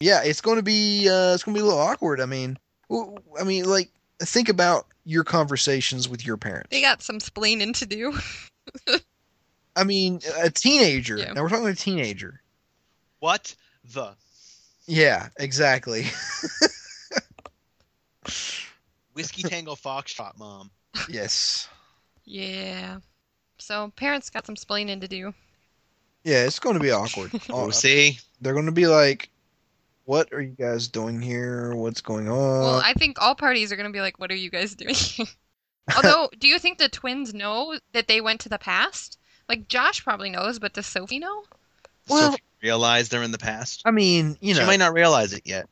Yeah, it's going to be uh, it's going to be a little awkward. I mean, w- I mean, like think about your conversations with your parents. They got some splaining to do. I mean, a teenager. Yeah. Now we're talking a teenager. What the? Yeah, exactly. Whiskey Tango Foxtrot, Mom. yes. Yeah. So parents got some splaining to do. Yeah, it's going to be awkward. Oh, Uh, see? They're going to be like, "What are you guys doing here? What's going on?" well, I think all parties are going to be like, "What are you guys doing?" Although, do you think the twins know that they went to the past? Like Josh probably knows, but does Sophie know? Well- Sophie realize they're in the past. I mean, you know, she might not realize it yet.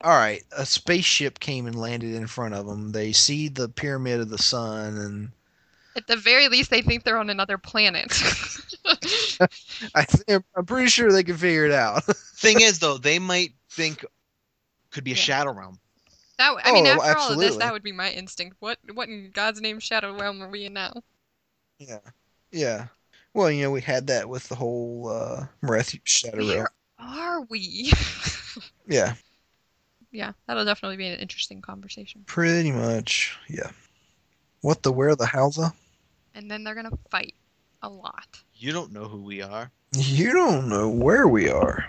all right, a spaceship came and landed in front of them. They see the pyramid of the sun, and At the very least, they think they're on another planet. I th- I'm pretty sure they can figure it out. Thing is, though, they might think could be a Yeah. shadow realm. that I mean, Oh, after all of this, absolutely. that would be my instinct. What what in God's name shadow realm are we in now? yeah, yeah. Well, you know, we had that with the whole uh, Marathi Shadow Realm. Where are we? Yeah, yeah, that'll definitely be an interesting conversation. pretty much. Yeah. What the where the howza? And then they're gonna fight a lot. You don't know who we are. You don't know where we are.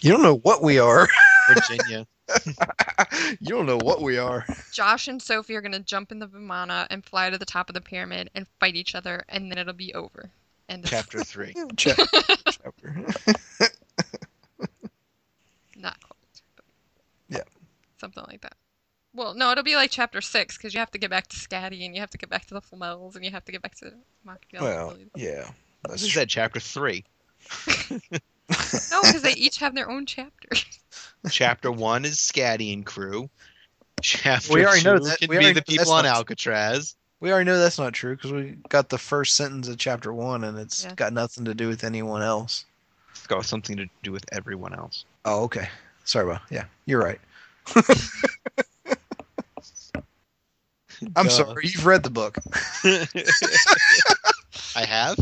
You don't know what we are. Virginia. you don't know what we are. Josh and Sophie are gonna jump in the Vimana and fly to the top of the pyramid and fight each other, and then it'll be over. And it's chapter 3. Chap- Chapter. not quite. But Yeah. Something like that. Well, no, it'll be like chapter six because you have to get back to Scatty and you have to get back to the Flamels and you have to get back to Machiavelli. Well, yeah. This That's is true. that chapter 3. No, because they each have their own chapter. Chapter 1 is Scatty and crew. Chapter We already know 2 that- can we be already know the that's people on not- Alcatraz. We already know that's not true because we got the first sentence of chapter one, and it's Yeah. got nothing to do with anyone else. It's got something to do with everyone else. Oh, okay. Sorry about. Yeah, you're right. I'm Duh. sorry. You've read the book. I have?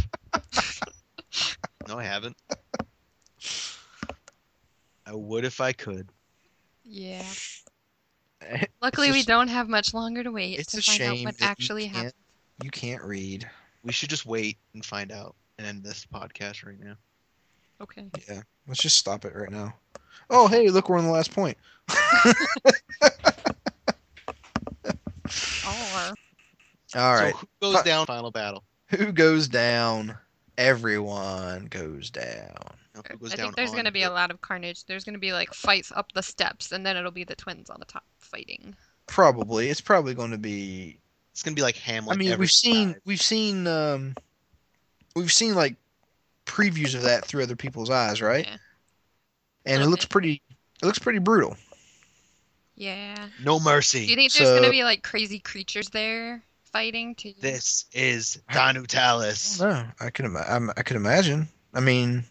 No, I haven't. I would if I could. Yeah. Eh, Luckily, it's a we sh- don't have much longer to wait it's to a find out shame what that you actually can't- happened. You can't read. We should just wait and find out and end this podcast right now. Okay. Yeah. Let's just stop it right now. Oh, hey, look, we're on the last point. Or All right. So who goes Huh. down final battle? Who goes down? Everyone goes down. No, who goes I down think there's on going to be a the- lot of carnage. There's going to be like fights up the steps, and then it'll be the twins on the top fighting. Probably. It's probably going to be It's gonna be like Hamlet. I mean, every we've seen time. we've seen um, we've seen like previews of that through other people's eyes, right? Yeah. And it Little looks bit. pretty. It looks pretty brutal. Yeah. no Do you mercy. think there's going So- to be like crazy creatures there fighting too? This is Danutalis. No, I could ima- I'm, I could imagine. I mean,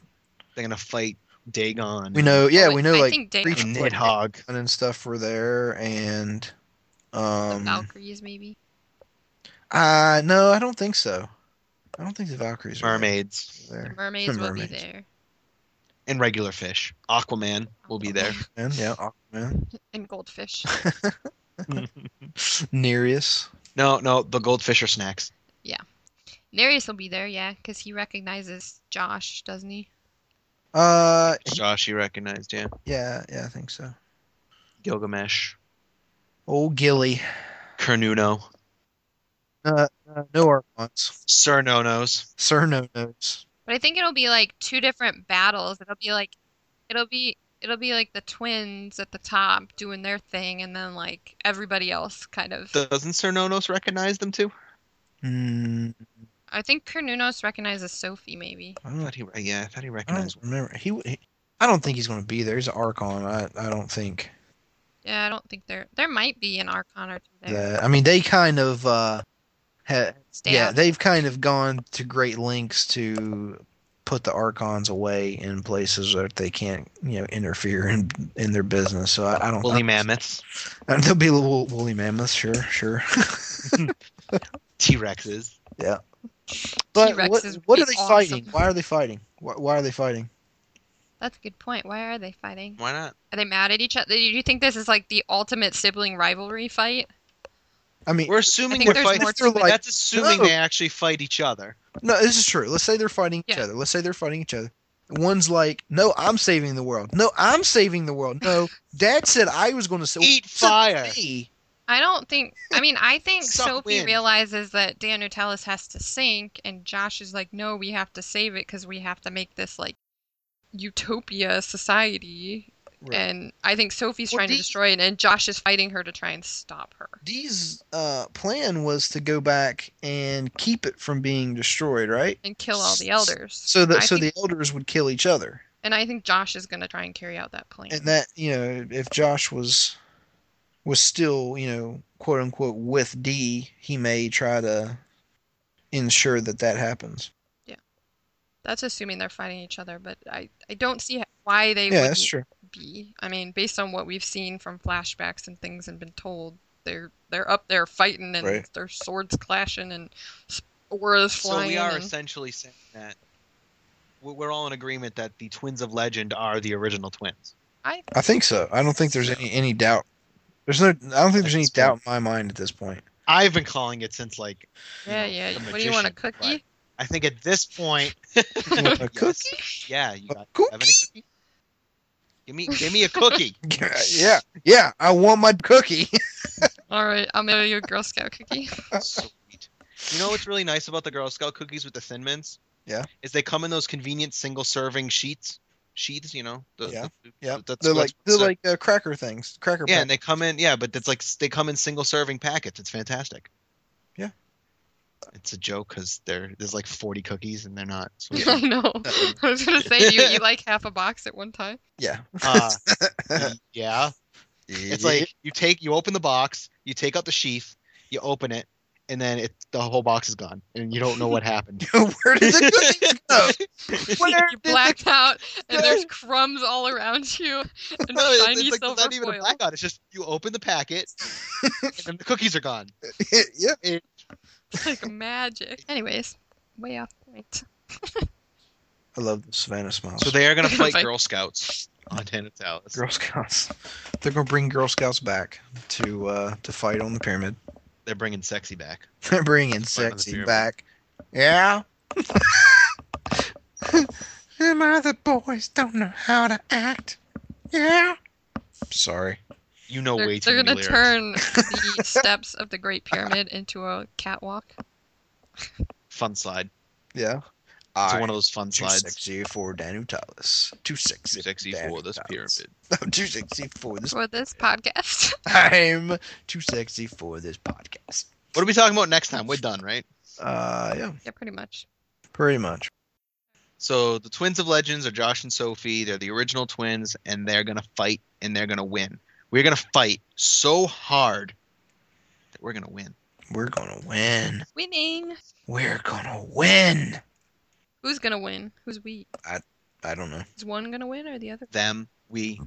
They're gonna fight Dagon. we know. Yeah, Oh, we know. I like think Dagon- creatures and like Nidhogg. Dagon and stuff were there, and The um, Valkyries, maybe. Uh, no, I don't think so. I don't think the Valkyries are Mermaids there. Mermaids will be mermaids. there. and regular fish. Aquaman will be there. And, yeah, Aquaman. And goldfish. Nereus. No, no, the goldfish are snacks. Nereus will be there, yeah, because he recognizes Josh, doesn't he? Uh, Josh, you recognized, yeah. yeah, yeah, I think so. Gilgamesh, Old Gilly. Cornuno, Uh, no Archons. Sir No Nose. Sir No Nose. But I think it'll be like two different battles. It'll be like it'll be it'll be like the twins at the top doing their thing and then like everybody else kind of Doesn't Sir No Nose recognize them too? Mm, I think Cornunos recognizes Sophie maybe. I I don't, thought he, yeah, I thought he I recognized don't remember. He, he, I don't think he's going to be there. He's an Archon. I, I don't think Yeah, I don't think there there might be an Archon or two there. that. I mean, they kind of, uh, ha, Stab. yeah, they've kind of gone to great lengths to put the Archons away in places that they can't, you know, interfere in in their business. So I, I don't. Oh. Woolly mammoths, Uh, There'll be little woolly mammoths, sure, sure. T Rexes. But T-Rexes what, would what be are they awesome. fighting? Why are they fighting? Why, why are they fighting? That's a good point. Why are they fighting? Why not? Are they mad at each other? Do you think this is like the ultimate sibling rivalry fight? I mean, We're assuming think they're there's fighting. more if they're to it. like, That's assuming No. they actually fight each other. no, this is true. Let's say they're fighting each Yeah. other. Let's say they're fighting each other. One's like, "No, I'm saving the world. No, I'm saving the world. No, Dad said I was going to save." Eat fire. Me. I don't think. I mean, I think Suck Sophie wind. realizes that Dan Nutellis has to sink, and Josh is like, "No, we have to save it because we have to make this like utopia society." Right. And I think Sophie's Well, trying to the- destroy it, and Josh is fighting her to try and stop her. Dee's uh, plan was to go back and keep it from being destroyed, right? And kill all the S- elders. So that I so think- the elders would kill each other, and I think Josh is going to try and carry out that plan. and that you know, if Josh was was still you know quote unquote with D, he may try to ensure that that happens. That's assuming they're fighting each other, but I, I don't see why they yeah, wouldn't that's true. be. I mean, based on what we've seen from flashbacks and things and been told, they're they're up there fighting and Right. their swords clashing and s- auras So flying. we are and- essentially saying that we're we're all in agreement that the twins of legend are the original twins. I I think so. I don't think there's any any doubt. There's no. I don't think there's any That's doubt in my mind at this point. I've been calling it since like you yeah know, yeah. the What do you want a magician, but cookie? I think at this point, A cookie? yeah, you got, Cookie? have any cookie? Give me, give me a cookie. Yeah, yeah. I want my cookie. All right, I'll mail you a Girl Scout cookie. Sweet. You know what's really nice about the Girl Scout cookies with the Thin Mints? Yeah. Is they come in those convenient single serving sheets, sheaths. You know. The, Yeah. the- Yeah. that's- They're like that's- they're like uh, cracker things. Cracker. Yeah, Yeah, and they come in. Yeah, but it's like s- they come in single serving packets. It's fantastic. Yeah. It's a joke because there there's like 40 cookies and they're not. So I know. I was gonna say, do you eat like half a box at one time? yeah. uh, yeah. It's like you take you open the box, you take out the sheath, you open it, and then it the whole box is gone, and you don't know what happened. where did the cookies go? Where You did the- blacked out, and there's crumbs all around you, and No, it's, shiny it's like silver not even a foil. blackout. It's just you open the packet, and then the cookies are gone. yeah. It's like magic. Anyways, way off point. I love the Savannah smiles. So they are gonna fight Fine. Girl Scouts on Tanit Alice. Girl Scouts. They're gonna bring Girl Scouts back to uh, to fight on the pyramid. They're bringing sexy back. They're bringing Fight on the sexy pyramid. back. Yeah. Them other boys don't know how to act. Yeah. Sorry. You know they're way too they're many gonna lyrics. turn the steps of the Great Pyramid into a catwalk. Fun slide. Yeah. It's I one of those fun too slides. sexy for Danutalis. Too sexy. Too sexy for this pyramid. I'm too sexy for this. for this podcast. I'm too sexy for this podcast. What are we talking about next time? We're done, right? Uh, yeah, yeah, pretty much. pretty much. So the twins of legends are Josh and Sophie. They're the original twins, and they're gonna fight and they're gonna win. We're gonna fight so hard that we're gonna win. We're gonna win. Winning. We're gonna win. Who's gonna win? Who's we? I don't know. Is one gonna win or the other? Them, we.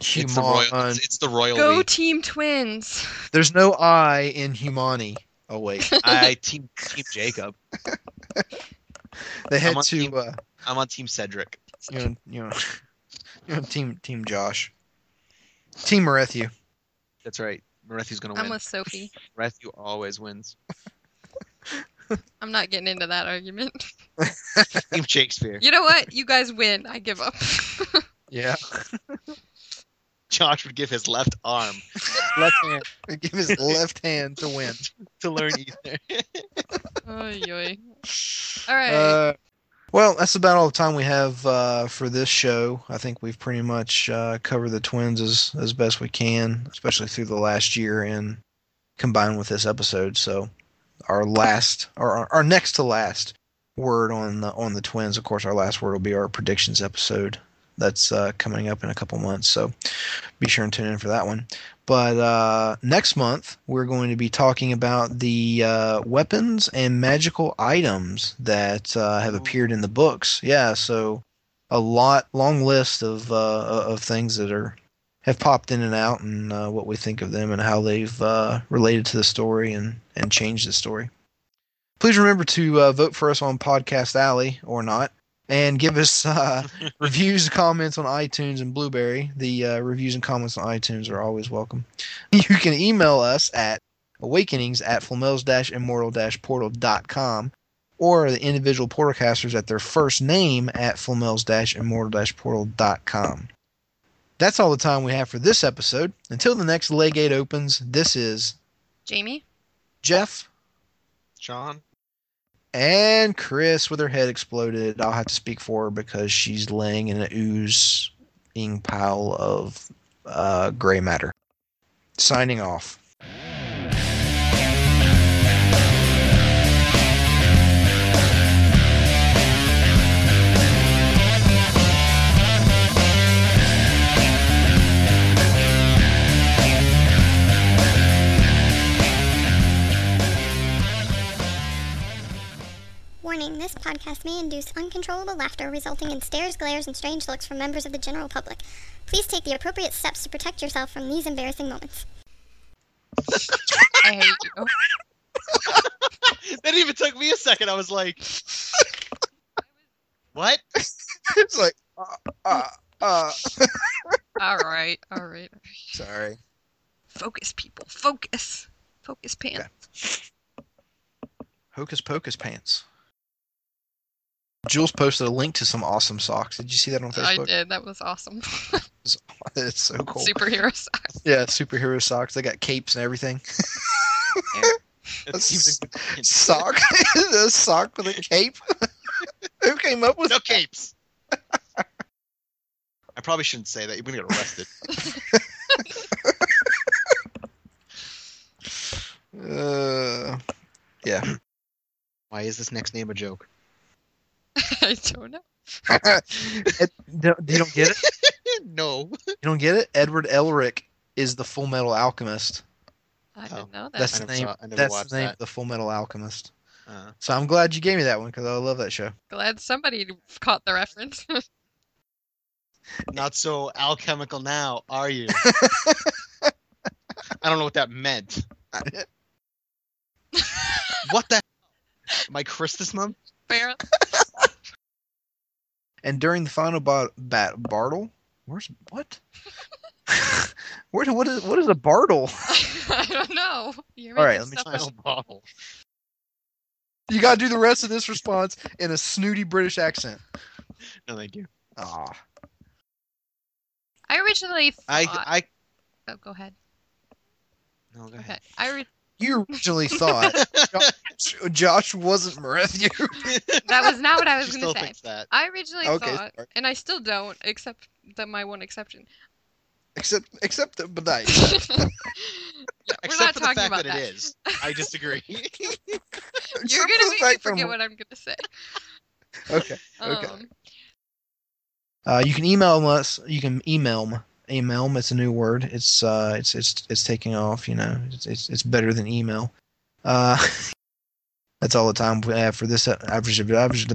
It's the royal. Human. It's, it's the royal. Go we. Team Twins. There's no I in humani. Oh wait, I team team Jacob. they I'm head on to team- uh, I'm on team Cedric. you know, you know, you know, team team Josh, team Marethu. That's right. Marethu's gonna I'm win. with Sophie. Marethu always wins. I'm not getting into that argument. Team Shakespeare. You know what? You guys win. I give up. Yeah, Josh would give his left arm, left hand, give his left hand to win. to learn Ether. oh, yoy. All right. Uh, well, that's about all the time we have uh, for this show. I think we've pretty much uh, covered the twins as as best we can, especially through the last year and combined with this episode. So, our last, or our, our next to last word on the on the twins. Of course, our last word will be our predictions episode. That's uh, coming up in a couple months, so be sure and tune in for that one. But uh, next month, we're going to be talking about the uh, weapons and magical items that uh, have Ooh. appeared in the books. Yeah, so a lot, long list of uh, of things that are have popped in and out, and uh, what we think of them and how they've uh, related to the story and and changed the story. Please remember to uh, vote for us on Podcast Alley or not, and give us. Uh, reviews and comments on iTunes and Blueberry. The uh, reviews and comments on iTunes are always welcome. You can email us at awakenings at flamels immortal portal.com or the individual portalcasters at their first name at flamels immortal portal.com. That's all the time we have for this episode. Until the next Legate opens, this is Jamie? Jeff John. and Chris with her head exploded. I'll have to speak for her because she's laying in an oozing pile of uh, gray matter. Signing off. Warning this podcast may induce uncontrollable laughter resulting in stares, glares, and strange looks from members of the general public. Please take the appropriate steps to protect yourself from these embarrassing moments. I hate you. That even took me a second. I was like, what? it's like, uh, uh, uh. All right. All right. Sorry. Focus, people. Focus. Focus, Pan. Okay. Hocus Pocus pants. Jules posted a link to some awesome socks. Did you see that on I Facebook? did. That was awesome. It's so cool. Superhero socks. yeah, superhero socks. They got capes and everything. It A seems inconvenient. Sock? a sock with a cape? Who came up with no capes. I probably shouldn't say that. You're gonna get arrested. Uh, yeah. Why is this next name a joke? I don't know. Ed- don't- you don't get it. no. You don't get it. Edward Elric is the Full Metal Alchemist. I Oh, didn't know that. That's I the never name. saw- I never That's watched the name. that. Of the Full Metal Alchemist. Uh, So I'm glad you gave me that one because I love that show. Glad somebody caught the reference. not so alchemical now, are you? I don't know what that meant. What the? Am I Chris this month? Apparently. And during the final ba- bat bartle, where's what? Where do, what is what is a bartle? I don't know. You're All right, making let me stuff up. Final bottle. You gotta do the rest of this response in a snooty British accent. No, thank you. Ah, I originally thought. I, I. Oh, go ahead. No, go Okay. ahead. I re- you originally thought Josh, Josh wasn't Marethu. that was not what I was she going still to say. thinks that. I originally Okay, thought, sorry. and I still don't, except that my one exception. except except the Benite. Yeah, we're Except not for the talking fact about that, it is. I disagree. You're Except for gonna the make me fact forget I'm- what I'm gonna say. Okay. Okay. Um, Uh, you can email us. You can email m- email. m- It's a new word. It's uh, it's it's it's taking off. You know, it's it's, it's better than email. Uh, that's all the time we have for this. Average. Average.